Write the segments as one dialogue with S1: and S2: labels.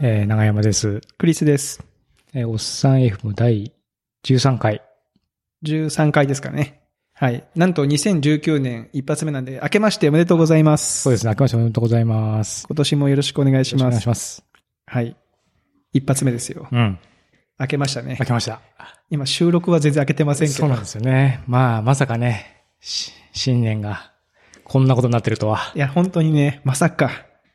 S1: えー、長山です。クリスです。えー、おっさん F も第13回。
S2: 13回ですからね。はい。なんと2019年一発目なんで、明けましておめでとうございます。。
S1: そうですすね。明けましておめでとうございます。
S2: 今年もよろしくお願いし
S1: よ
S2: ま
S1: ろしくお願
S2: す。
S1: いします。
S2: はい。一発目ですよ。
S1: うん。
S2: 明けましたね
S1: 明。けました。
S2: 今収録は全然明けてませんけ
S1: そう
S2: ど
S1: なん。ですよね。まあ、まさかね、し新年がこんなことになってるとは。
S2: いや、本当にね、まさか、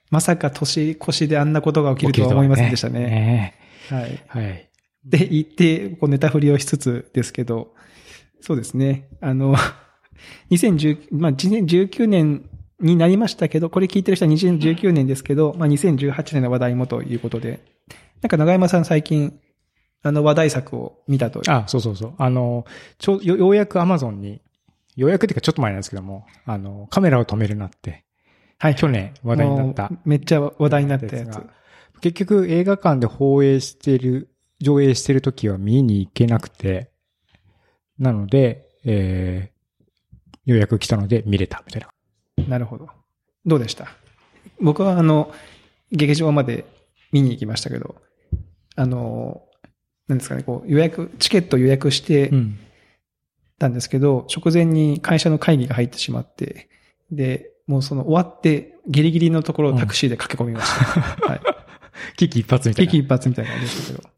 S2: まさか年越しであんなことが起きるとは思いませんでしたね。
S1: ね
S2: はい。
S1: はい。
S2: で、言って、こうネタ振りをしつつですけど、そうですね。あの、2019、まあ、2019年になりましたけど、これ聞いてる人は2019年ですけど、まあ、2018年の話題もということで、なんか長山さん最近、あの話題作を見たと。
S1: あ、そうそうそう。あの、ちょう、よようやく Amazon に、ようやくっていうかちょっと前なんですけども、あの、カメラを止めるなって、
S2: はい
S1: 去年話題になった
S2: も。うめっちゃ話題になったや
S1: です
S2: つ
S1: が。結局映画館で放映してる、上映してる時は見に行けなくて、なので、えー、ようやく来たので見れたみたいな。
S2: なるほど。どうでした僕はあの、劇場まで見に行きましたけど、あの、なんですかね、こう予約、チケット予約して、
S1: うん。
S2: たんですけど、直前に会社の会議が入ってしまって、で、もうその終わって、ギリギリのところをタクシーで駆け込みま した。はい。
S1: 危機一髪みたいな。
S2: 駅一発みたいな感じでしたけど。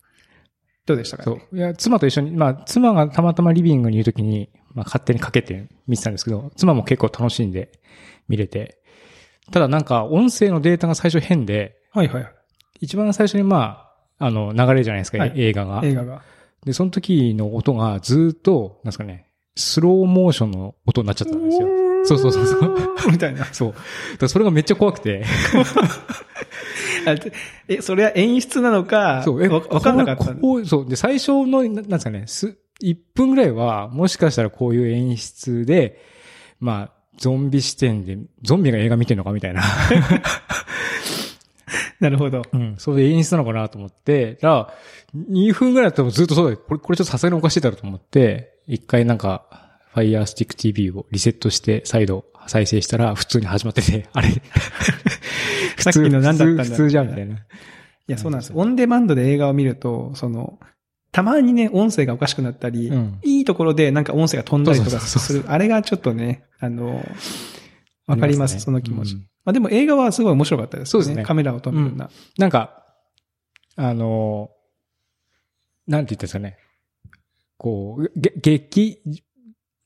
S2: どうでしたか
S1: そ
S2: ね
S1: う。いや、妻と一緒に、まあ、妻がたまたまリビングにいるときに、まあ、勝手にかけて見てたんですけど、妻も結構楽しんで見れて、ただなんか、音声のデータが最初変で、
S2: はいはい。
S1: 一番最初にまあ、あの、流れじゃないですか、
S2: はい
S1: 映画が。
S2: 映画が。
S1: で、その時の音がずっと、なんですかね、スローモーションの音になっちゃったんですよ。そうそうそうそう。
S2: みたいな。
S1: そう。だからそれがめっちゃ怖くて。
S2: あでえ、それは演出なのか、
S1: そう、え、
S2: わわかんなかっ
S1: こ
S2: たん
S1: う
S2: で
S1: こうそう。で、最初の、ななんですかね、す、1分ぐらいは、もしかしたらこういう演出で、まあ、ゾンビ視点で、ゾンビが映画見てるのかみたいな。
S2: なるほど。
S1: うん。そういう演出なのかなと思って、ら、2分ぐらいだったらずっとそうだよこれ、これちょっとさすがにおかしいだろうと思って、一回なんか、Fire Stick TV をリセットして、再度再生したら、普通に始まってて、 あれ
S2: さっきの何だったんだ
S1: 普通普通じゃん、みたいな。
S2: いや、そうなんです。オンデマンドで映画を見ると、その、たまにね、音声がおかしくなったり、
S1: うん
S2: いいところでなんか音声が飛んだりとか
S1: そうそうそう
S2: する。あれがちょっとね、あの、わかります、
S1: あね
S2: その気持ち。
S1: うん
S2: まあでも映画はすごい面白かったです
S1: そう
S2: ね。
S1: ですね
S2: カメラを止めるような。
S1: なんか、あの、なんて言ったんですかね。こう、げ劇、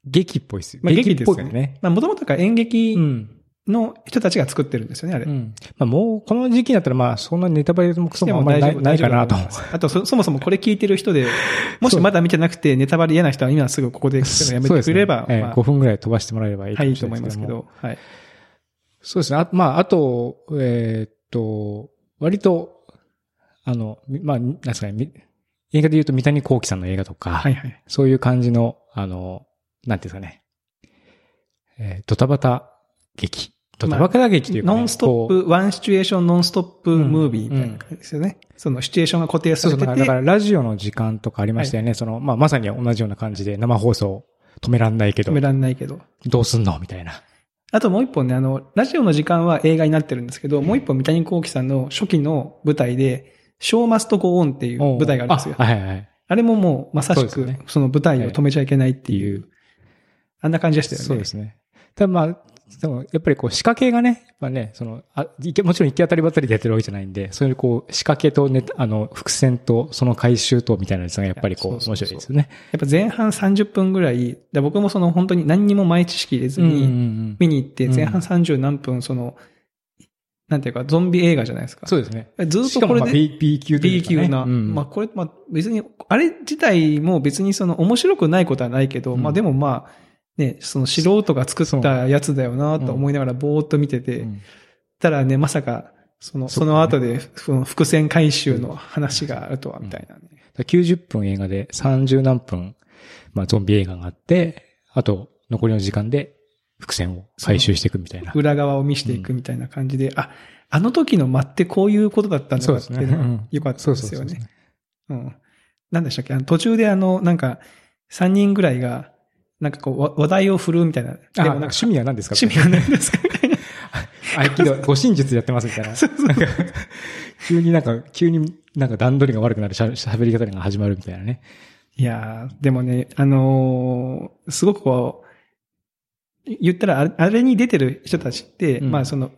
S1: 劇っぽいっすよ。
S2: まあ劇
S1: っぽい
S2: ですよ
S1: ね。
S2: まあもともとが演劇
S1: うん。
S2: の人たちが作ってるんですよね、あれ。
S1: うん。まあもう、この時期になったらまあ、そんなネタバレもクソ
S2: で
S1: もあ
S2: も
S1: んまりな
S2: 大丈
S1: い
S2: 夫、
S1: ないかなと
S2: 大丈夫。だ思いますあとそ、そもそもこれ聞いて る人で、もしまだ見てなくてネタバレ嫌な人は今すぐここで聞くのやめてくれれば、
S1: そうですねえ
S2: ま
S1: え
S2: あ
S1: 5分ぐらい飛ばしてもらえればいいか
S2: はい、
S1: も
S2: いい
S1: し
S2: と
S1: れな
S2: 思
S1: いで
S2: いますす
S1: け
S2: け
S1: ども。
S2: ど、はい。
S1: そうですね。あまあ、あと、えーっと、割と、あの、みまあ、なんですかね、み映画で言うと三谷幸喜さんの映画とか、
S2: はいはい。
S1: そういう感じの、あの、なんていうんですかね、えードタバタ劇。ドタバタ劇というかね、
S2: ノンスト
S1: こ
S2: ップ、ワンシチュエーションノンストップムービーみたいな感じですよね。そのシチュエーションが固定
S1: う、そ
S2: さ
S1: うそ
S2: れ
S1: う、
S2: て
S1: だ
S2: て、
S1: からだからラジオの時間とかありましたよね。その、まあ、まさに同じような感じで生放送止めらんないけ
S2: 止
S1: ど
S2: め、らんないけど。
S1: どうすんのみたいな。
S2: あともう一本ね、あの、ラジオの時間は映画になってるんですけど、もう一本三谷幸喜さんの初期の舞台で、ショーマストゴーンっていう舞台があるんですよ。
S1: あはいはいはい。
S2: あれももうまさし
S1: そう
S2: く
S1: ですね、
S2: その舞台を止めちゃいけないってい
S1: え
S2: う、あんな感じでしたよね。
S1: そうで。すね。ただまあ、でもやっぱりこう仕掛けがね、やっぱね、その、あ、いけもちろん行き当たりばったりでやってるわけじゃないんで、そういうこう仕掛けとね、あの、伏線とその回収とみたいなやつがやっぱりこう
S2: いやそ
S1: 面
S2: うそ
S1: 白
S2: う
S1: い
S2: そう
S1: ですよね。
S2: やっぱ前半30分ぐらい、で僕もその本当に何にも前知識入れずに、
S1: ん
S2: 見に行って、
S1: うん
S2: 前半30何分、その、なんていうか、ゾンビ映画じゃないですか。
S1: そうですね。
S2: ず
S1: し
S2: っ
S1: か
S2: と
S1: も
S2: これ
S1: まあ
S2: で
S1: B, B 級という
S2: B
S1: か、ね。
S2: 級な、
S1: うん
S2: まあこれ、まあ別に、あれ自体も別にその面白くないことはないけど、
S1: うん
S2: まあでもまあ、ね、その素人が作ったやつだよなと思いながらぼーっと見てて、
S1: うん
S2: たらね、まさか、その、
S1: そう
S2: その後で、その伏線回収の話があるとは、みたいなね。
S1: だから90分映画で30何分、まあゾンビ映画があって、あと残りの時間で伏線を回収していくみたいな。
S2: 裏側を見せていくみたいな感じで、あ、あの時の間ってこういうことだったんだ
S1: そう
S2: な
S1: で
S2: っ
S1: す
S2: てい
S1: ね。
S2: う
S1: う
S2: のが
S1: ん
S2: 良かった
S1: そう
S2: で
S1: そう
S2: す
S1: そう
S2: よ
S1: そう
S2: ね。うん。なんでしたっけあの途中であの、なんか、3人ぐらいが、なんかこう、わ話題を振るうみたいな。で
S1: あ、
S2: も
S1: な
S2: なんん
S1: か
S2: か
S1: 趣味は何ですか
S2: 趣味は何ですかみたいな
S1: 合気道、護身術やってますみたいな。 なんか急になんか、急になんか段取りが悪くなるしゃ喋り方が始まるみたいなね。
S2: いやーでもね、あのーすごくこう、言ったらあれ、あれに出てる人たちって、
S1: うん
S2: まあその、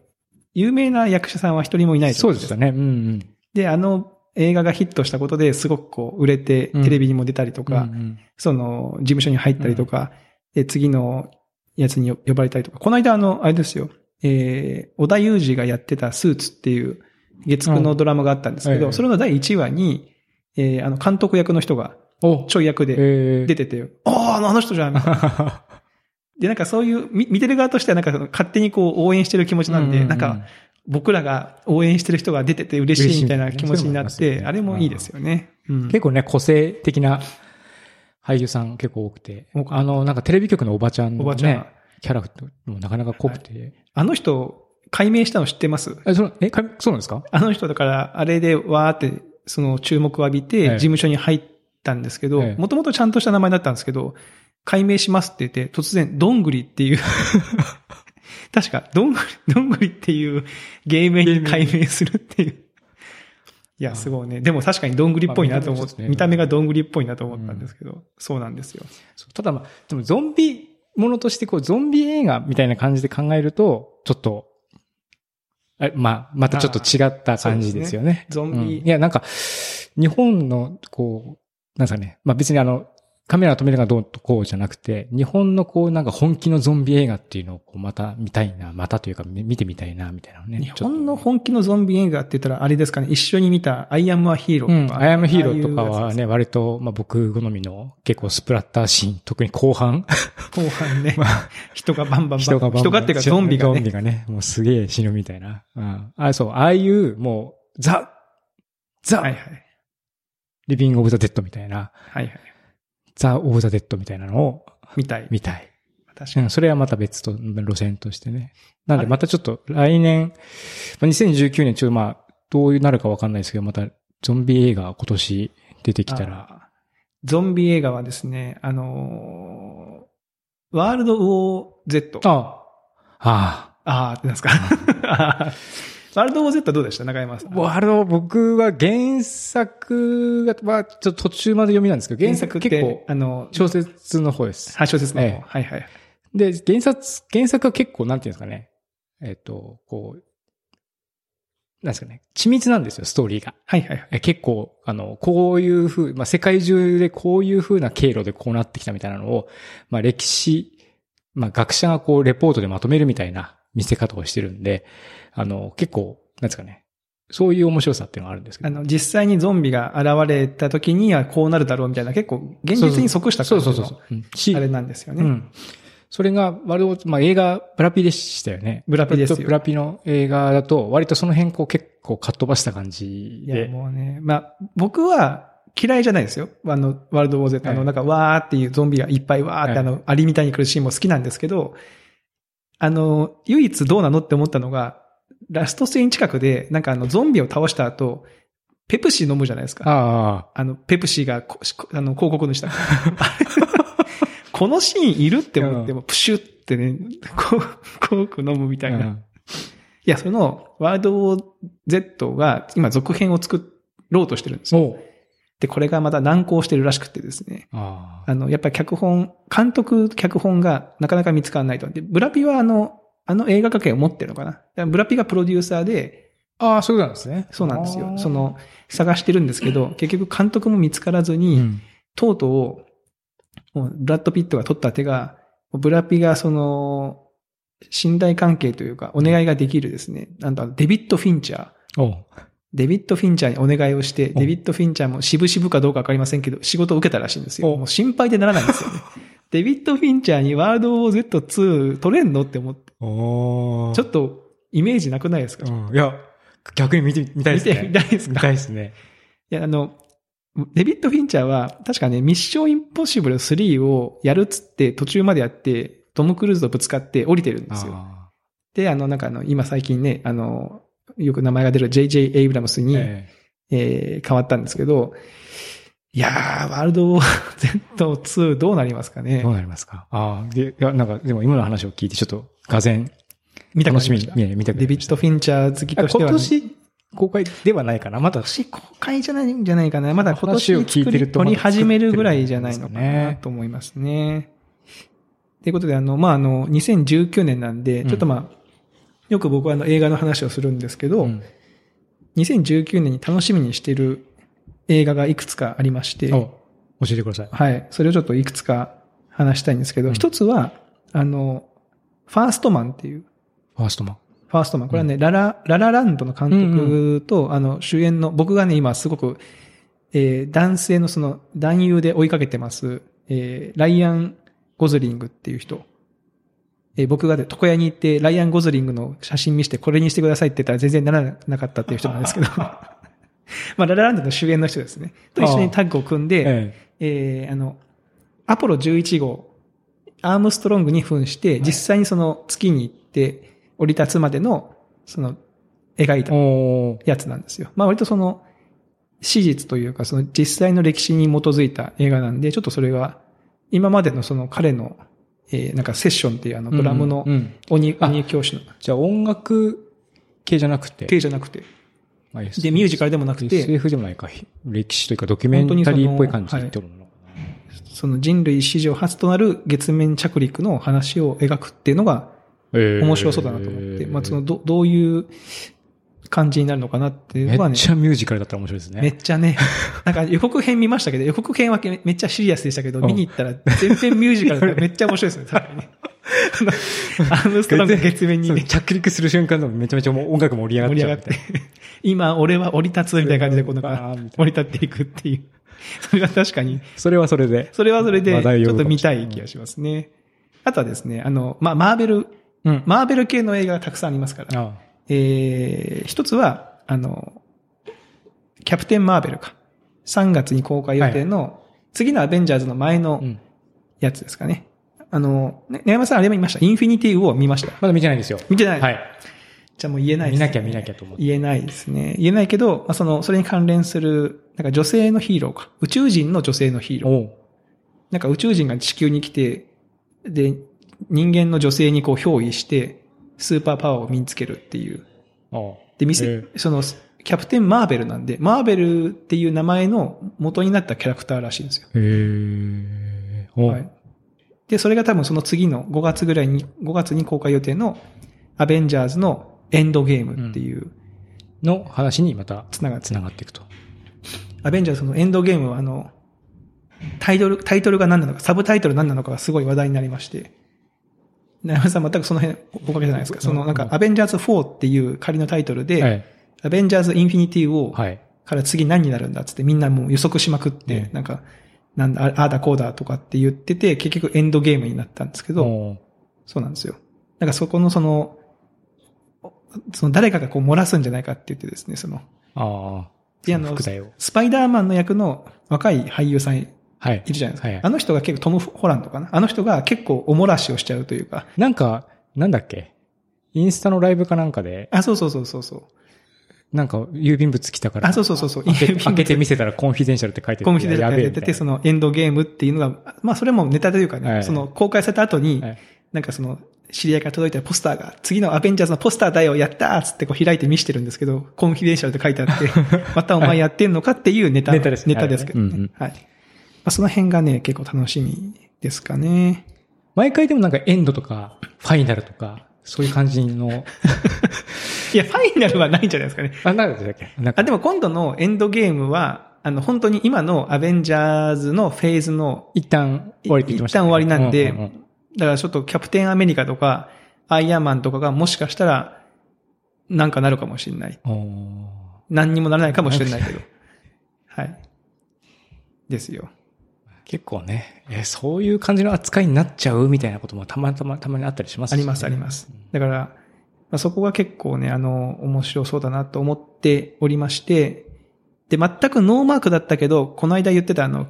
S2: 有名な役者さんは一人もいないじゃ
S1: そ
S2: な
S1: う
S2: い
S1: で
S2: か
S1: したね。うんうん。
S2: で、あの映画がヒットしたことですごくこう、売れて、
S1: うん
S2: テレビにも出たりとか、
S1: うんうん
S2: その、事務所に入ったりとか、で、次のやつに呼ばれたりとか、この間あの、あれですよ、えー、小田裕二がやってたスーツっていう月9のドラマがあったんですけど、
S1: うん
S2: それの第1話に、えー、あの、監督役の人が、
S1: お、
S2: ちょい役で
S1: えー
S2: 出てて、ああ、あの人じゃ んみたいな。で、なんかそういう、み見てる側としてはなんかその勝手にこう応援してる気持ちなんで、
S1: ううう
S2: なんか、僕らが応援してる人が出てて嬉しいみたいな気持ちになっ
S1: 嬉しいみたいなそういうのもありますよ
S2: て、
S1: ね
S2: あれもいいですよね。うん
S1: 結構ね、個性的な俳優さん結構多くて
S2: 多、かった
S1: あの、なんかテレビ局のおばちゃん
S2: お
S1: の
S2: ばちゃん、
S1: ね、キャラもなかなか濃くて。
S2: あの人、解明したの知ってます
S1: え、その、え、かそうなんですか
S2: あの人だから、あれでわーって、その注目を浴びて、
S1: ええ
S2: 事務所に入ったんですけど、
S1: ええ
S2: もともとちゃんとした名前だったんですけど、改名しますって言って、突然、どんぐりっていう、 確か、どんぐり、どんぐりっていう芸名に改名するっていう。いや、すごいね。でも確かにどんぐりっぽいなと思って、
S1: まあ
S2: 見た目がどんぐりっぽいなと思ったんですけど、そうなんですよ。
S1: そうただまあ、でもゾンビものとしてこう、ゾンビ映画みたいな感じで考えると、ちょっと、えまあ、またちょっと違った感じですよね。
S2: ゾン
S1: うん
S2: ビ、
S1: いや、なんか、日本の、こう、なんですかね。まあ別にあの、カメラを止めるがどうとこうじゃなくて、日本のこう、なんか本気のゾンビ映画っていうのをこう、また見たいな、またというかみ見てみたいな、みたいなのね。
S2: 日本の
S1: ちょっ
S2: 本気のゾンビ映画って言ったら、あれですかね、一緒に見た、アイアムアヒーロ
S1: とう
S2: ー
S1: ん、
S2: とか。
S1: アイアムヒーローとか
S2: ああいうや
S1: は
S2: つ
S1: ね、割と、まあ僕好みの結構スプラッターシーン、特に後半、
S2: 後半ね、人がバンバンバン
S1: 人がバンバン
S2: 人がっていうかゾンビが
S1: ゾン
S2: ね。
S1: ビがね、もうすげえ死ぬみたいな。うん。あ、そう、ああいう、もう、ザ、ザ、
S2: はいはい。
S1: リビングオブザデッドみたいな、
S2: はいはい。
S1: ザ・オブザ・デッドみたいなのを
S2: みたい。
S1: 見たい。
S2: 確
S1: う
S2: かに。
S1: ん、それはまた別と、路線としてね。なん
S2: あ
S1: で、
S2: れ
S1: またちょっと来年、まあ2019年、ちょっとまあ、どうなるかわかんないですけど、また、ゾンビ映画今年出てきたら、
S2: あーゾンビ映画はですね、あのーワールド・ウォー・ Z。
S1: ああ、あ
S2: あーってな んですか。ワールド・ウォー・ Z どうでした中山さん。
S1: あ、ワールド、僕は原作が、まあ、ちょっと途中まで読みなんですけど、原作
S2: って
S1: 結構、
S2: あの、
S1: 小説の方です。
S2: はい、小説の方、
S1: ええ
S2: はいはい。
S1: で、原作、原作は結構、なんていうんですかね。えっ、と、こう、なんですかね。緻密なんですよ、ストーリーが。
S2: はいはいはい。
S1: え結構、あの、こういうふう、まあ、世界中でこういうふうな経路でこうなってきたみたいなのを、まあ、歴史、まあ、学者がこう、レポートでまとめるみたいな見せ方をしてるんで、あの、結構、なんですかね。そういう面白さっていうのがあるんですけど。
S2: あの、実際にゾンビが現れた時にはこうなるだろうみたいな、結構現実に即した
S1: そう
S2: 感
S1: そうそう
S2: じ
S1: そ
S2: の
S1: う。うんし
S2: あれなんですよね。
S1: うん。それが、割と、まあ、映画、ブラピでしたよね。
S2: ブラピですよ
S1: 割とブラピの映画だと、割とその辺こう結構かっ飛ばした感じ
S2: いや、
S1: で。
S2: もうね、まあ、僕は嫌いじゃないですよ。あの、ワールドウォーゼット、あ
S1: は
S2: の、
S1: い
S2: なんか、わーっていうゾンビがいっぱいわーって、
S1: はい
S2: あの、アリみたいに来るシーンも好きなんですけど、あの、唯一どうなのって思ったのが、ラストシーン近くで、なんかあの、ゾンビを倒した後、ペプシ飲むじゃないですか。あ
S1: あ
S2: の、ペプシがこ、しこあの、広告 の下。 このシーンいるって思って、
S1: うん
S2: もうプシュってね、こう、コーク飲むみ
S1: あ。
S2: た
S1: う
S2: いな。
S1: ん
S2: いや、その、ワールドウォー Z が今続編を作ろうとしてるんですよ。
S1: おう
S2: で、これがまた難航してるらしくてですね。
S1: ああ。
S2: あの、やっぱり脚本、監督、脚本がなかなか見つからないと。で、ブラピはあの、あの映画家系を持ってるのかな。だからブラピがプロデューサーで、
S1: ああ、そうなんですね。
S2: そうなんです
S1: あ
S2: よ。
S1: ー
S2: そ、の、探してるんです けど、結局監督も見つからず
S1: う
S2: に、
S1: ん。
S2: とうとう、もうブラッド・ピットが取った手が、ブラピがその、信頼関係というか、お願いができるですね。なんだ、デビッド・フィンチャー。
S1: おう
S2: デビッド・フィンチャーにお願いをして、
S1: お
S2: デビッド・フィンチャーも渋々かどうかわかりませんけど、仕事を受けたらしいんですよ。
S1: お
S2: もう心配でならないんですよ ね。デビッド・フィンチャーにワールド・ウォー Z2 取れんのって思って、
S1: お
S2: ちょ
S1: っ
S2: っとイメージなくないですか、
S1: と、うんいや、逆に見てみたいで
S2: 見
S1: すね。
S2: てみたいです
S1: 見
S2: か
S1: たい
S2: い
S1: ですね。
S2: や、あの、デビッド・フィンチャーは、確かね、ミッション・インポッシブル3をやるっつって、途中までやって、トム・クルーズとぶつかって降りてるんですよ。
S1: あ
S2: で、あの、なんかあの、今最近ね、あの、よく名前が出る J.J. エイブラムス
S1: ー
S2: に、
S1: ええ
S2: えー変わったんですけど、いやー、ワールド Z2 どうなりますかね
S1: ど。うなりますかああ、で、いや、なんか、でも今の話を聞いて、ちょっと、がぜ
S2: 見たく
S1: 楽
S2: なり
S1: しみ
S2: まし
S1: に
S2: た。
S1: ね、見たくなり
S2: デビ
S1: まし
S2: ッ
S1: た
S2: ド・フィンチャー好きとしては、
S1: 今年公開ではないかな。まだ
S2: 今年公開じゃないんじゃないかな。まだ今
S1: 話を
S2: 年
S1: 聞いて
S2: 作
S1: る
S2: り
S1: とま
S2: 取
S1: だ
S2: り始めるぐらいじゃないのか
S1: 作ってるんです
S2: な
S1: ね
S2: と思いますね。ということで、あの、まあ、あの、2019年なんで、
S1: うん
S2: ちょっとまあ、よく僕はあの映画の話をするんですけど、
S1: うん
S2: 2019年に楽しみにしている映画がいくつかありまして、
S1: お教えてください。
S2: はい。それをちょっといくつか話したいんですけど、
S1: うん
S2: 一つは、あの、ファーストマンっていう、
S1: ファーストマン。
S2: ファーストマン。これはね、ララ、ララランドの監督と、あの、主演の、僕がね、今すごく、えー男性のその、男優で追いかけてます、えーライアン・ゴズリングっていう人。えー僕がね、床屋に行って、ライアン・ゴズリングの写真見して、これにしてくださいって言ったら全然ならなかったっていう人な んですけど。まあ、ララランドの主演の人ですね。と一緒にタッグを組んで、
S1: え
S2: えーあの、アポロ11号、アームストロングに扮して、実際にその月に行って降り立つまでの、その、描い
S1: え。
S2: た
S1: おー
S2: やつなんですよ。まあ割とその、史実というか、その実際の歴史に基づいた映画なんで、ちょっとそれは、今までのその彼の、えーなんかセッションっていうあのドラムの
S1: うんうん
S2: 鬼、
S1: あ
S2: 鬼教師の
S1: じゃあ音楽系じゃなくて。
S2: 系じゃなくて、
S1: まあ
S2: で、ミュージカルでもなくて、
S1: SF でもないか。歴史というかドキュメンタリーっぽい感じで言ってるのかな。
S2: その人類史上初となる月面着陸の話を描くっていうのが、
S1: ええ
S2: 面白そうだなと思って、まあ、その、ど、どういう感じになるのかなっていう
S1: め
S2: のは
S1: っ
S2: ね、
S1: ちゃミュージカルだったら面白いです
S2: め
S1: ね。
S2: っちゃ ね、なんか予告編見ましたけど、予告編はめめっちゃシリアスでしたけど、
S1: うん
S2: 見に行ったら全編ミュージカルでめっちゃ面白いですね、確 かにね。あのアームストロングが月面に
S1: そ
S2: ね、
S1: う着陸する瞬間でもめちゃめちゃもう音楽盛り上が
S2: 盛
S1: っ
S2: り
S1: ち
S2: 上
S1: ゃ
S2: が
S1: う
S2: っ
S1: みた
S2: て
S1: いな。、
S2: 今俺は降り立つみたいな感じで、こうなん
S1: バ
S2: か
S1: ーンみたいな
S2: 降り立っていくっていう。それが確かに、
S1: それはそれで。
S2: それはそれで、
S1: 話題
S2: ち
S1: を呼
S2: ょっ
S1: ぶ
S2: と
S1: かも
S2: 見
S1: しれ
S2: た
S1: ない
S2: い気がしますね。あとはですね、あの、まあ、マーベル、
S1: うん。
S2: マーベル系の映画がたくさんありますから、
S1: あ
S2: えー一つは、あの、キャプテン・マーベルか。3月に公開予定の、次のアベンジャーズの前
S1: あ
S2: の
S1: うん。
S2: やつですかね。あの、ね、根山さんあれも見ましたインフィニティ・ウォー見ました
S1: まだ見てないんですよ。
S2: 見てない、
S1: はい。
S2: じゃあもう言えないで
S1: 見
S2: す、ね。
S1: なきゃ見なきゃと思って。
S2: 言えないですね。言えないけど、まあ、その、それに関連する、なんか女性のヒーローか。宇宙人の女性のヒーロー。
S1: おう
S2: なんか宇宙人が地球に来て、で、人間の女性にこう憑依して、スーパーパワーを身につけるっていう。
S1: おう
S2: で、見せ、その、キャプテン・マーベルなんで、マーベルっていう名前の元になったキャラクターらしいんですよ。
S1: へえ。おう
S2: はい。で、それが多分その次の5月ぐらいに、5月に公開予定のアベンジャーズのエンドゲームっていう、
S1: の話にまた
S2: つながって、
S1: 繋がっていくと。
S2: アベンジャーズのエンドゲームはあの、タイトル、タイトルが何なのか、サブタイトル何なのかがすごい話題になりまして、な山さん全くその辺おかげじゃないですか。そのなんか、
S1: うん
S2: アベンジャーズ4っていう仮のタイトルで、
S1: はい。
S2: アベンジャーズインフィニティを、
S1: はい。
S2: から次何になるんだっつってみんなもう予測しまくって、
S1: ね
S2: なんか、なんだ、あああだこうだとかって言ってて、結局エンドゲームになったんですけど、
S1: おう
S2: そうなんですよ。なんかそこのその、その誰かがこう漏らすんじゃないかって言ってですね、その、
S1: ああ。
S2: であの
S1: 副題を。
S2: スパイダーマンの役の若い俳優さんい
S1: はい。
S2: るじゃないですか。
S1: はい
S2: あの人が結構トム・ホランドかなあの人が結構お漏らしをしちゃうというか、
S1: なんか、なんだっけインスタのライブかなんかで、
S2: あ、そうそうそうそうそう。
S1: なんか郵便物来たから。
S2: あ、そうそうそうそう。
S1: 開け開けて
S2: み
S1: 見せたらコンフィデンシャルって書いて
S2: コンフィデンシャルでやって
S1: て
S2: て、そのエンドゲームっていうのが、まあそれもネタというかね、
S1: はい
S2: その公開された後に、
S1: はい
S2: なんかその、知り合いから届いたポスターが、次のアベンジャーズのポスターだよ、やったーっつってこう開いて見してるんですけど、コンフィデンシャルって書いてあ って、またお前やってんのかっていうネタ。
S1: ネタですね
S2: ネタですけど
S1: はいうんうん
S2: ね。はい。まあその辺がね、結構楽しみですかね。
S1: 毎回でもなんかエンドとか、ファイナルとか、そういう感じ の、
S2: いや、ファイナルはないんじゃないですかね。
S1: あ、なんだっけなんか
S2: あ、でも今度のエンドゲームは、あの、本当に今のアベンジャーズのフェーズの
S1: 一旦終わりって言ってましたね、
S2: 一旦終わりなんで
S1: うううん
S2: だからちょっとキャプテンアメリカとか、アイアンマンとかがもしかしたら、なんかなるかもしれない。
S1: お
S2: 何にもならないかもしれない けど。はい。ですよ。
S1: ー結構ね、え、そういう感じの扱いになっちゃうみたいなこともたまたま、たまにあったりしますし
S2: あります、あります。だから、まあ、そこが結構ね、あの、面白そうだなと思っておりまして、で、全くノーマークだったけど、この間言ってたあの、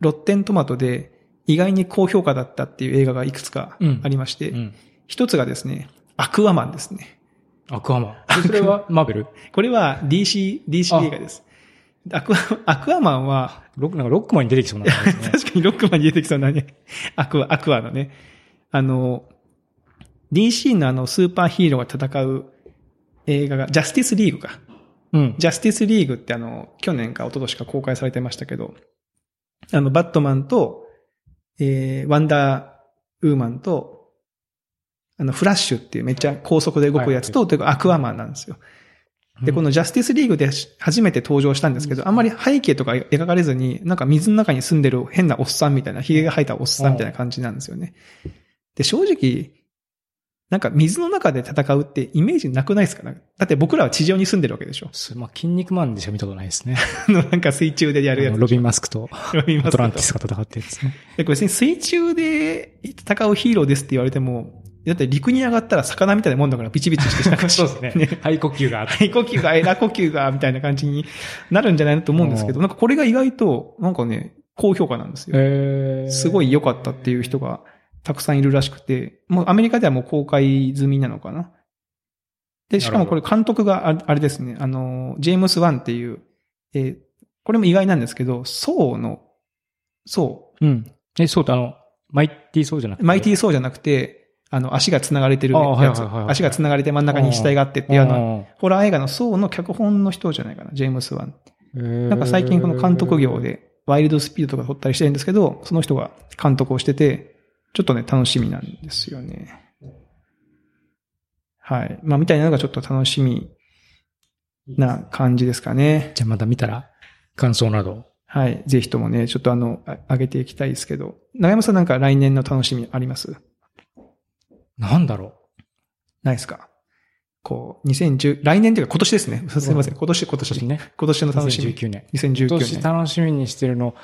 S2: ロッテントマトで意外に高評価だったっていう映画がいくつかありまして、
S1: うん。
S2: 一つがですね、アクアマンですね。
S1: アクアマン。それ はマーベル
S2: これは DC、DC 映画です。アクア、アクアマンは、
S1: ロック、なんかロックマンに出てきそうな感じ ですね。
S2: 確かにロックマンに出てきそうなね、アクア、アクアのね、あの、 DC のあの、スーパーヒーローが戦う映画が、ジャスティスリーグか。
S1: うん。
S2: ジャスティスリーグってあの、去年か一昨年か公開されてましたけど、あの、バットマンと、えー、ワンダーウーマンと、あの、フラッシュっていうめっちゃ高速で動くやつと、というかアクアマンなんですよ。で、このジャスティスリーグで初めて登場したんですけど、あんまり背景とか描かれずに、なんか水の中に住んでる変なおっさんみたいな、髭が生えたおっさんみたいな感じなんですよね。で、正直、なんか水の中で戦うってイメージなくないですかだって僕らは地上に住んでるわけでしょ
S1: すまあ、筋肉マンでしか見たことないですね。
S2: あの、なんか水中でやるや
S1: あ
S2: つ
S1: の。ロビン・マスクと
S2: ロビンマ
S1: ア
S2: スク
S1: ト
S2: と
S1: ランティスが戦ってるんですね。
S2: でこれ別に水中で戦うヒーローですって言われても、だって陸に上がったら魚みたいなもんだからビチビチしてしな くね。
S1: 肺呼吸があって。
S2: 肺呼吸が、エラ呼吸が、みたいな感じになるんじゃないなと思うんですけど、なんかこれが意外と、なんかね、高評価なんですよ。
S1: えー
S2: すごい良かったっていう人がたくさんいるらしくて、もうアメリカではもう公開済みなのかな。で、しかもこれ監督がああれですね、あの、ジェームス・ワンっていう、えーこれも意外なんですけど、ソーの、ソ
S1: うん。え、そうだ、あの、マイティーそうじゃなく
S2: ー、
S1: て。
S2: マイティ
S1: ー
S2: ー・ソーじゃなくて、あの、足が繋がれてる
S1: あーはい
S2: や
S1: はい
S2: つ
S1: はいはい。
S2: 足が繋がれて真ん中に死体があってっていう、あの、
S1: の、
S2: ホラー映画のソーの脚本の人じゃないかな、ジェームス・ワン。な
S1: なん
S2: か最近この監督業。で、ワイルドスピードとか撮ったりしてるんですけど、その人が監督をしてて、ちょっとね、楽しみなんですよね。はい。まあ、みたいなのがちょっと楽しみな感じですかね。
S1: じゃあまた見たら、感想など。
S2: はい。ぜひともね、ちょっとあの、あ上げていきたいですけど。長山さんなんか来年の楽しみあります
S1: なんだろ
S2: ないですかこう、2010、来年というか今年ですね。すみません。今年、今
S1: う。今年
S2: 年。
S1: ね。
S2: 今年の楽しみ。
S1: 2019年。
S2: 2019
S1: 今
S2: 年
S1: 年。楽しみにしてるの。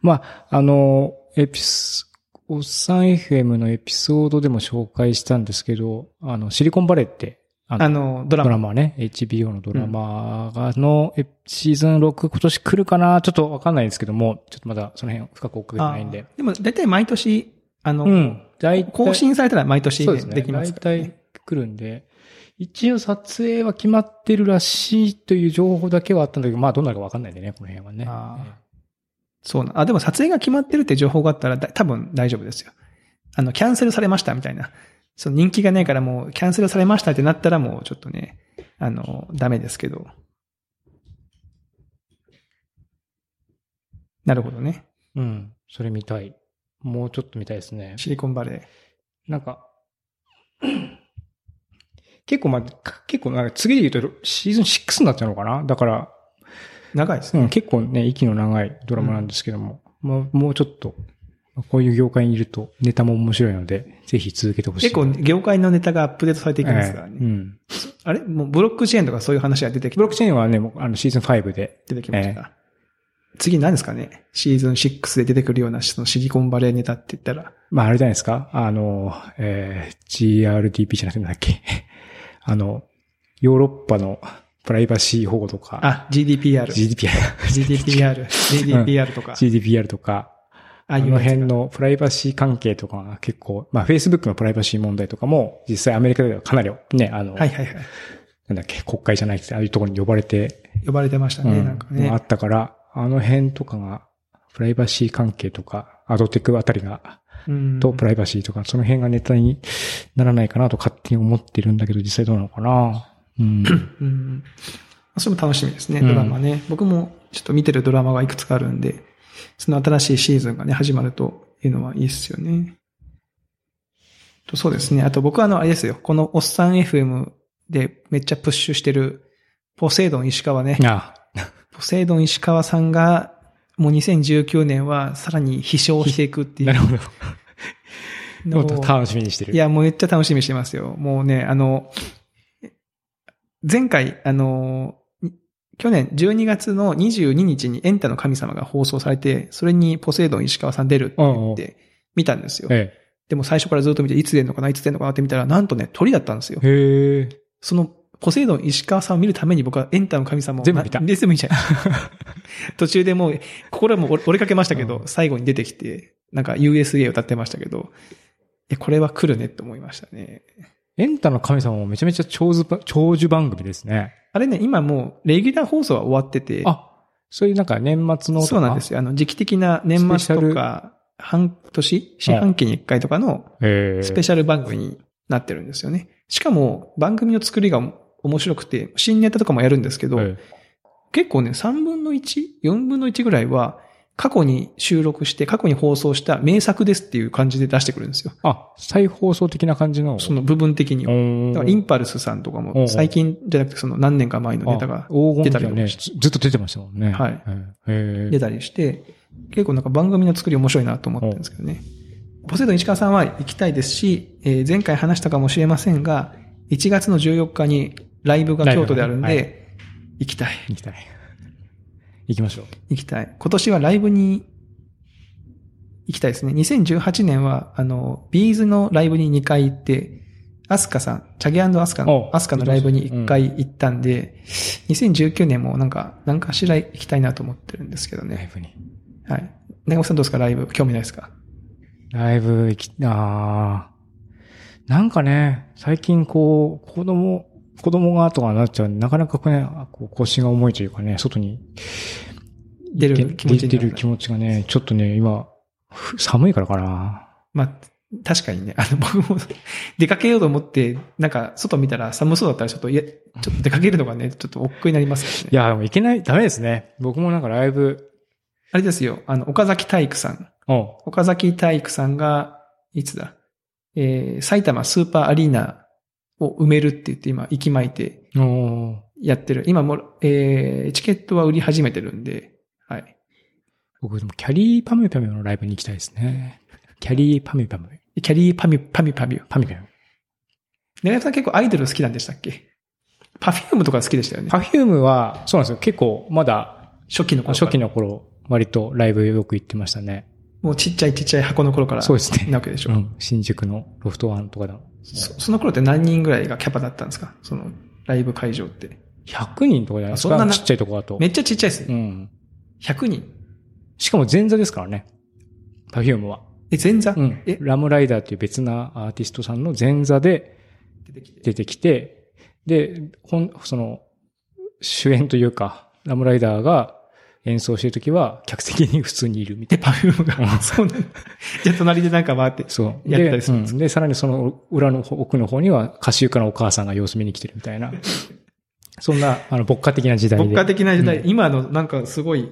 S1: まあ、あの、エピス、おっさん FM のエピソードでも紹介したんですけど、あの、シリコンバレーって、あ
S2: あの、ドラ
S1: ド
S2: マ。
S1: ラマね、HBO のドラマが、の、えシーズン6、今年来るかなちょっとわかんないですけども、ちょっとまだその辺深く追っかけてないんで
S2: あ。ーでも、大体毎年、あの、
S1: うん。大体
S2: 更新されたら毎年
S1: そ
S2: ね、
S1: う
S2: で
S1: ですね。
S2: きます
S1: 大
S2: から、ね
S1: 体。来るんで、一応撮影は決まってるらしいという情報だけはあったんだけど、まあどうなるかわかんないんでね、この辺はね。
S2: あーそうな。あ、でも撮影が決まってるって情報があったらだ多分大丈夫ですよ。あの、キャンセルされましたみたいな。その人気がないからもうキャンセルされましたってなったらもうちょっとね、あの、ダメですけど。なるほどね。
S1: うん。それ見たい。もうちょっと見たいですね。
S2: シリコンバレー。
S1: なんか、結構まあ、か結構なんか次で言うとシーズン6になっちゃうのかなだから、
S2: 長いです
S1: う
S2: ね。
S1: ん、結構ね、息の長いドラマなんですけども、まあ、もうちょっと、こういう業界にいるとネタも面白いので、ぜひ続けてほしい。
S2: 結構、業界のネタがアップデートされていきますから
S1: え
S2: ね。
S1: えうん。
S2: あれもうブロックチェーンとかそういう話が出てき
S1: ブロックチェーンはね、もうあのシーズン5で
S2: 出てきました。次何ですかねシーズン6で出てくるようなそのシリコンバレーネタって言ったら。
S1: まあ、あれじゃないですかあの、えー GRDP じゃなくてなんだっけ あの、ヨーロッパのプライバシー保護とか、
S2: あ、GDPR。
S1: GDPR、
S2: GDPR。GDPR とか。
S1: GDPR とか、
S2: ああ
S1: あ
S2: いう
S1: の
S2: やつ
S1: 辺
S2: が。
S1: のプライバシー関係とかが結構、まあ、Facebook のプライバシー問題とかも、実際アメリカではかなりね、あの、
S2: はいはいはい。
S1: なんだっけ、国会じゃないけど、ああいうところに呼ばれて、
S2: 呼ばれてましたね、
S1: うん
S2: なんか
S1: あ
S2: ね。
S1: ったから、あの辺とかが、プライバシー関係とか、アドテクあたりが、
S2: うん
S1: とプライバシーとか、その辺がネタにならないかなと勝手に思ってるんだけど、実際どうなのかな うん。
S2: うん。それも楽しみですね、
S1: うん
S2: ドラマね。僕もちょっと見てるドラマがいくつかあるんで、その新しいシーズンがね、始まるというのはいいっすよね。とそうですね。あと僕はあの、あれですよ。このおっさん FM でめっちゃプッシュしてる、ポセイドン石川ね。
S1: あ
S2: ポセイドン石川さんが、もう2019年はさらに飛翔していくって
S1: あ、な
S2: い
S1: る
S2: う
S1: ほ
S2: のを
S1: ど。楽しみにしてる。
S2: いや、もうめっちゃ楽しみにしてますよ。もうね、あの、前回、あの、去年12月の22日にエンタの神様が放送されて、それにポセイドン石川さん出るって言って見たんですよ。
S1: え
S2: でも最初からずっと見て、いつ出るのかな、いつ出るのかなって見たら、なんとね、鳥だったんですよ。
S1: え。へえ。
S2: その、ポセイドン石川さんを見るために僕はエンタの神様を
S1: 全部見た
S2: なで全部見ちゃう。 途中でもう、心はもう折折れかけましたけど、
S1: う
S2: 最後に出てきて、なんか USA を歌ってましたけど、え、これは来るねって思いましたね。
S1: エンタの神様もめちゃめちゃ長寿ば、長寿番組ですね。
S2: あれね、今もう、レギュラー放送は終わってて、
S1: あ、そういうなんか年末のとか
S2: そうなんですよ。あの、時期的な年末とか、半年四半期に一回とかの
S1: ええ。
S2: スペシャル番組になってるんですよね。しかも、番組の作りが面白くて、新ネタとかもやるんですけど、
S1: はい
S2: 結構ね、3分の 1?4 分の1ぐらいは、過去に収録して、過去に放送した名作ですっていう感じで出してくるんですよ。
S1: あ、再放送的な感じの。
S2: その部分的には。だからインパルスさんとか
S1: うんうん
S2: も、最近じゃなくてその何年か前のネタが
S1: 黄金期
S2: 出た
S1: は
S2: りと
S1: ね、
S2: か
S1: ず
S2: し
S1: ずっと出てましたもんね。
S2: はい
S1: え
S2: 出たりして、結構なんか番組の作り面白いなと思ってるんですけどね。ポセイドン市川さんは行きたいですし、えー前回話したかもしれませんが、1月の14日にライブが京都であるん
S1: ライブが
S2: で、行きたい。
S1: 行きたい。行きましょう。
S2: 行きたい。今年はライブに行きたいですね。2018年は、あの、ビーズのライブに2回行って、アスカさん、チャゲアスカの、
S1: お
S2: アスカのライブに1回行ったんで、2019年もなんか、なんかしら行きたいなと思ってるんですけど
S1: ライ
S2: ね。
S1: ブに。
S2: はい。長尾さんどうですかライブ興味ないですか
S1: ライブ行き、あーなんかね、最近こう、子供、子供がとかなっちゃうんで、なかなかこうね、こう腰が重いというかね、外に
S2: 出る気持ち
S1: 出
S2: に
S1: て
S2: なら
S1: る
S2: ない
S1: 気持ちがね、ちょっとね、今、ふ寒いからかな。
S2: まあ、確かにね、あの、僕も 出かけようと思って、なんか、外見たら寒そうだったら、ちょっと、いや、ちょっと出かけるのがね、ちょっと億劫になりますからね
S1: いや、でも行けない、ダメですね。僕もなんかライブ、
S2: あれですよ、あの、岡崎体育さん。
S1: お
S2: 岡崎体育さんが、いつだ、えー、埼玉スーパーアリーナを埋めるって言って今、息巻いて
S1: うおー
S2: やってる。今もう、えー、チケットは売り始めてるんで、はい。
S1: 僕でもキャリーパミュパミュのライブに行きたいですね。キャリーパミュパミュ。
S2: キャリーパミュ、パミュパミュ。
S1: パミュパミュ。
S2: 長山さん結構アイドル好きなんでしたっけパフュームとか好きでしたよね。
S1: パフュームは、そうなんですよ。結構まだ
S2: 初期の頃か
S1: 初
S2: ら。
S1: 期の頃、割とライブよく行ってましたね。
S2: もうちっちゃいちっちゃい箱の頃から。
S1: そうですね
S2: なわけでしょ。
S1: うん。新宿のロフトワンとかだ。
S2: そその頃って何人ぐらいがキャパだったんですかその、ライブ会場って。
S1: 100人とかじゃないです
S2: あそんな
S1: か。
S2: な
S1: ちっちゃいとこだと
S2: め。っちゃちっちゃいです
S1: う
S2: ね。
S1: ん。
S2: 100人。
S1: しかも前座ですからね。パフュームは。
S2: え、前座、
S1: うん
S2: え。、
S1: ラムライダーっていう別なアーティストさんの前座で、
S2: 出てきて。
S1: 出てきて、で、ほん、その、主演というか、ラムライダーが演奏してるときは、客席に普通にいるみたい
S2: で、パフュームが。そうなんだ。じゃあ、隣でなんか回って
S1: な。。そう。
S2: やってたりするん
S1: で
S2: です
S1: うんでさらにその裏の方奥の方には、歌集家のお母さんが様子見に来てるみたいな。そんな、あの、牧歌的な時代で。
S2: 牧歌的な時代、
S1: う
S2: 今のなんかすごい、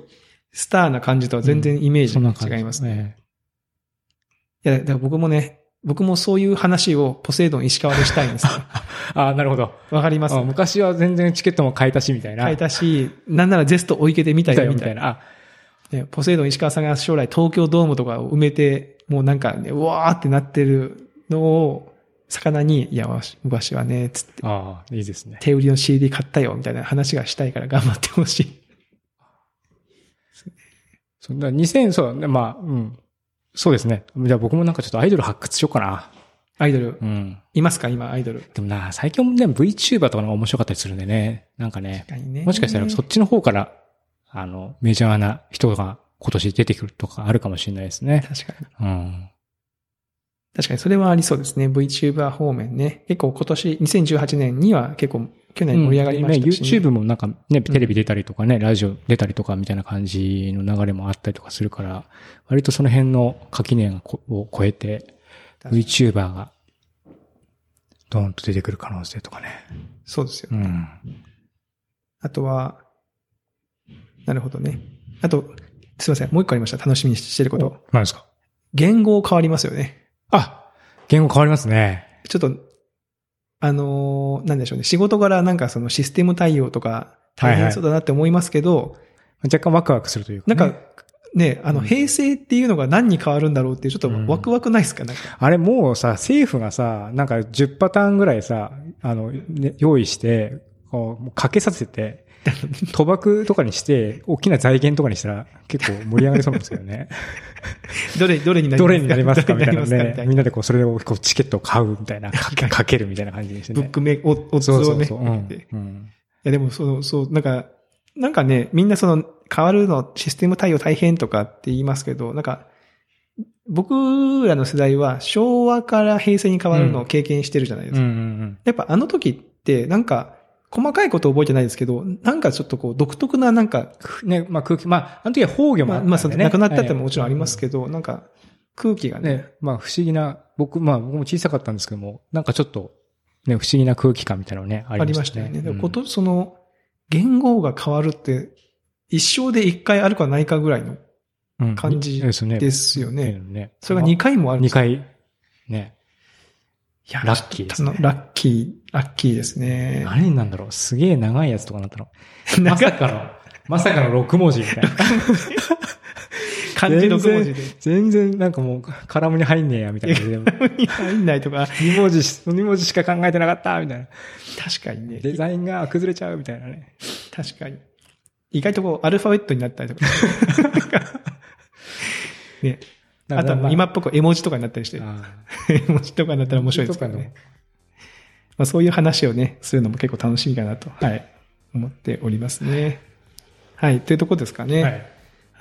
S2: スターな感じとは全然イメージ
S1: そんな感
S2: が
S1: じ
S2: 違いますね。
S1: ね。
S2: いや、だから僕もね、僕もそういう話をポセイドン石川でしたい んですよ。
S1: ああ、なるほど。
S2: わかります
S1: あ昔は全然チケットも買えたし、みたいな。
S2: 書いたし、なんならゼスト追いけてみた
S1: み
S2: い
S1: たい
S2: よ
S1: な。
S2: み
S1: み
S2: た
S1: た
S2: い
S1: い
S2: な。
S1: な。あ、
S2: ねポセイドン石川さんが将来東京ドームとかを埋めて、もうなんかね、うわーってなってるのを、魚に、いや、わし昔はね、つって、
S1: ああ、いいですね。
S2: 手売りの CD 買ったよ、みたいな話がしたいから頑張ってほしい。
S1: そんな2000、そうだね、まあ、うん。そうですね。じゃあ僕もなんかちょっとアイドル発掘しようかな。
S2: アイドル、
S1: うん。
S2: いますか今、アイドル。
S1: でもな、最近もね、VTuber とかの方が面白かったりするんでね。なんかね、
S2: 確かにね
S1: もしかしたらそっちの方から、あの、メジャーな人が今年出てくるとかあるかもしれないですね。
S2: 確かに。
S1: うん。
S2: 確かに、それはありそうですね。VTuber 方面ね。結構今年、2018年には結構、去年盛り上がりましたし、
S1: ね。YouTube もなんかね、テレビ出たりとかね、ラジオ出たりとかみたいな感じの流れもあったりとかするから、割とその辺の垣根を超えて、
S2: 確かに
S1: VTuber が、ドーンと出てくる可能性とかね。
S2: そうですよ。
S1: うん。
S2: あとは、なるほどね。あと、すいません。もう一個ありました。楽しみにしてること。
S1: 何ですか
S2: 言語変わりますよね。
S1: あ言語変わりますね。
S2: ちょっと、あのーなんでしょうね。仕事柄なんかそのシステム対応とか、大変そうだなって思いますけど、
S1: 若干ワクワクするというか、
S2: な
S1: ね。
S2: んか、ね、あの、
S1: うん
S2: 平成っていうのが何に変わるんだろうっていう、ちょっとワクワクないですか、なんか。
S1: あれもうさ、政府がさ、なんか10パターンぐらいさ、あの、ね用意して、こう、もうかけさせ て、賭博とかにして、大きな財源とかにしたら結構盛り上がりそうなんですけど ね。
S2: どれ、どれになりますか
S1: どれになりますかみたいな
S2: どれになりま
S1: ね。
S2: すかみたいな
S1: みんなでこう、それをこうチケットを買うみたいな、 かけかけるみたいな感じにして
S2: ブ
S1: ね
S2: ッ。クメ、お、おつ
S1: そうそ
S2: を
S1: う
S2: ね。
S1: そう。う
S2: で
S1: ん
S2: い
S1: うん。
S2: や、でも、その、そう、なんか、なんかね、みんなその、変わるの、システム対応大変とかって言いますけど、なんか、僕らの世代は昭和から平成に変わるのを経験してるじゃないです
S1: うんう
S2: か。
S1: ん
S2: やっぱあの時って、なんか、細かいこと覚えてないですけど、なんかちょっとこう、独特な、なんか、
S1: うん。ね、まあ空気、まあ、あの時は崩御も
S2: ま
S1: あった
S2: あ、
S1: んでね
S2: まあ、その亡くなったってももちろんありますけど、なんか、空気がね。
S1: ね、まあ不思議な、僕、まあ僕も小さかったんですけども、なんかちょっと、ね、不思議な空気感みたいなのね、あ
S2: あ
S1: り
S2: り
S1: ま
S2: ま
S1: し
S2: したた
S1: ね。
S2: よね。で
S1: うん
S2: もこと、その、言語が変わるって、一生で一回あるかないかぐらいの
S1: うん
S2: 感じ
S1: ですよね。
S2: ですよね。
S1: ね
S2: それが2回もあるんで
S1: 二
S2: すよ
S1: 回、ね。
S2: いや
S1: ラッキーですね
S2: ちょっとラッキー、ラッキーですね。
S1: 何になんだろうすげえ長いやつとかなったの。
S2: な
S1: ま
S2: んか
S1: さかの、まさかの6文字みたいな。
S2: 漢字6文字で。
S1: 全然なんかもう、カラムに入んねえや、みたいな感じで。
S2: 入んないとか、
S1: 2文字し、二文字しか考えてなかった、みたいな。
S2: 確かにね。
S1: デザインが崩れちゃう、みたいなね。
S2: 確かに。意外とこう、アルファベットになったりとか。ね。あとはもう今
S1: あ
S2: っぽく絵文字とかになったりして、
S1: ー、
S2: 絵文字とかになったら面白いですけど
S1: 絵文字
S2: ね。まあ、そういう話をね、するのも結構楽しみかなと、はい、思っておりますね。はい、というとこですかね。
S1: は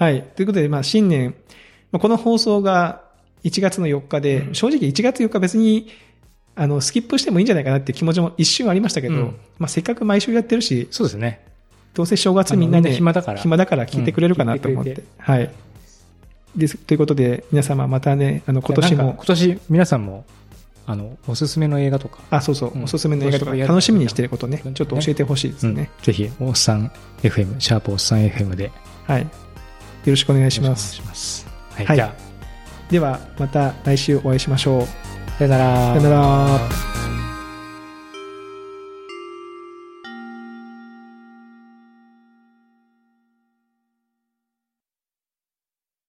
S2: はいい。ということで、まあ、新年、まあ、この放送が1月の4日で、正直1月4日別に、あの、スキップしてもいいんじゃないかなっていう気持ちも一瞬ありましたけど、
S1: うん
S2: まあ、せっかく毎週やってるし、
S1: そうですね。
S2: どうせ正月みんな
S1: あのみん
S2: で
S1: な暇だから
S2: 暇だから聞いてくれるかなと思っ
S1: うん聞い
S2: て
S1: てく。
S2: はい。です。ということで、皆様またね、あの、今年
S1: なんか
S2: も、
S1: 今年、皆さんも、あの、おすすめの映画とか、
S2: あ、そうそうう、
S1: ん
S2: おすすめの映画と
S1: 今年
S2: か、
S1: もやる
S2: 楽しみにしてることね
S1: う、ん
S2: ちょっと教えてほしいですね。
S1: ぜひ、おっさん FM、シャープおっさん FM で、
S2: はい。よろしくお願いします。
S1: お願いします。はい。
S2: はい
S1: じゃ
S2: では、また来週お会いしましょう。
S1: あ、さよなら
S2: さよなら。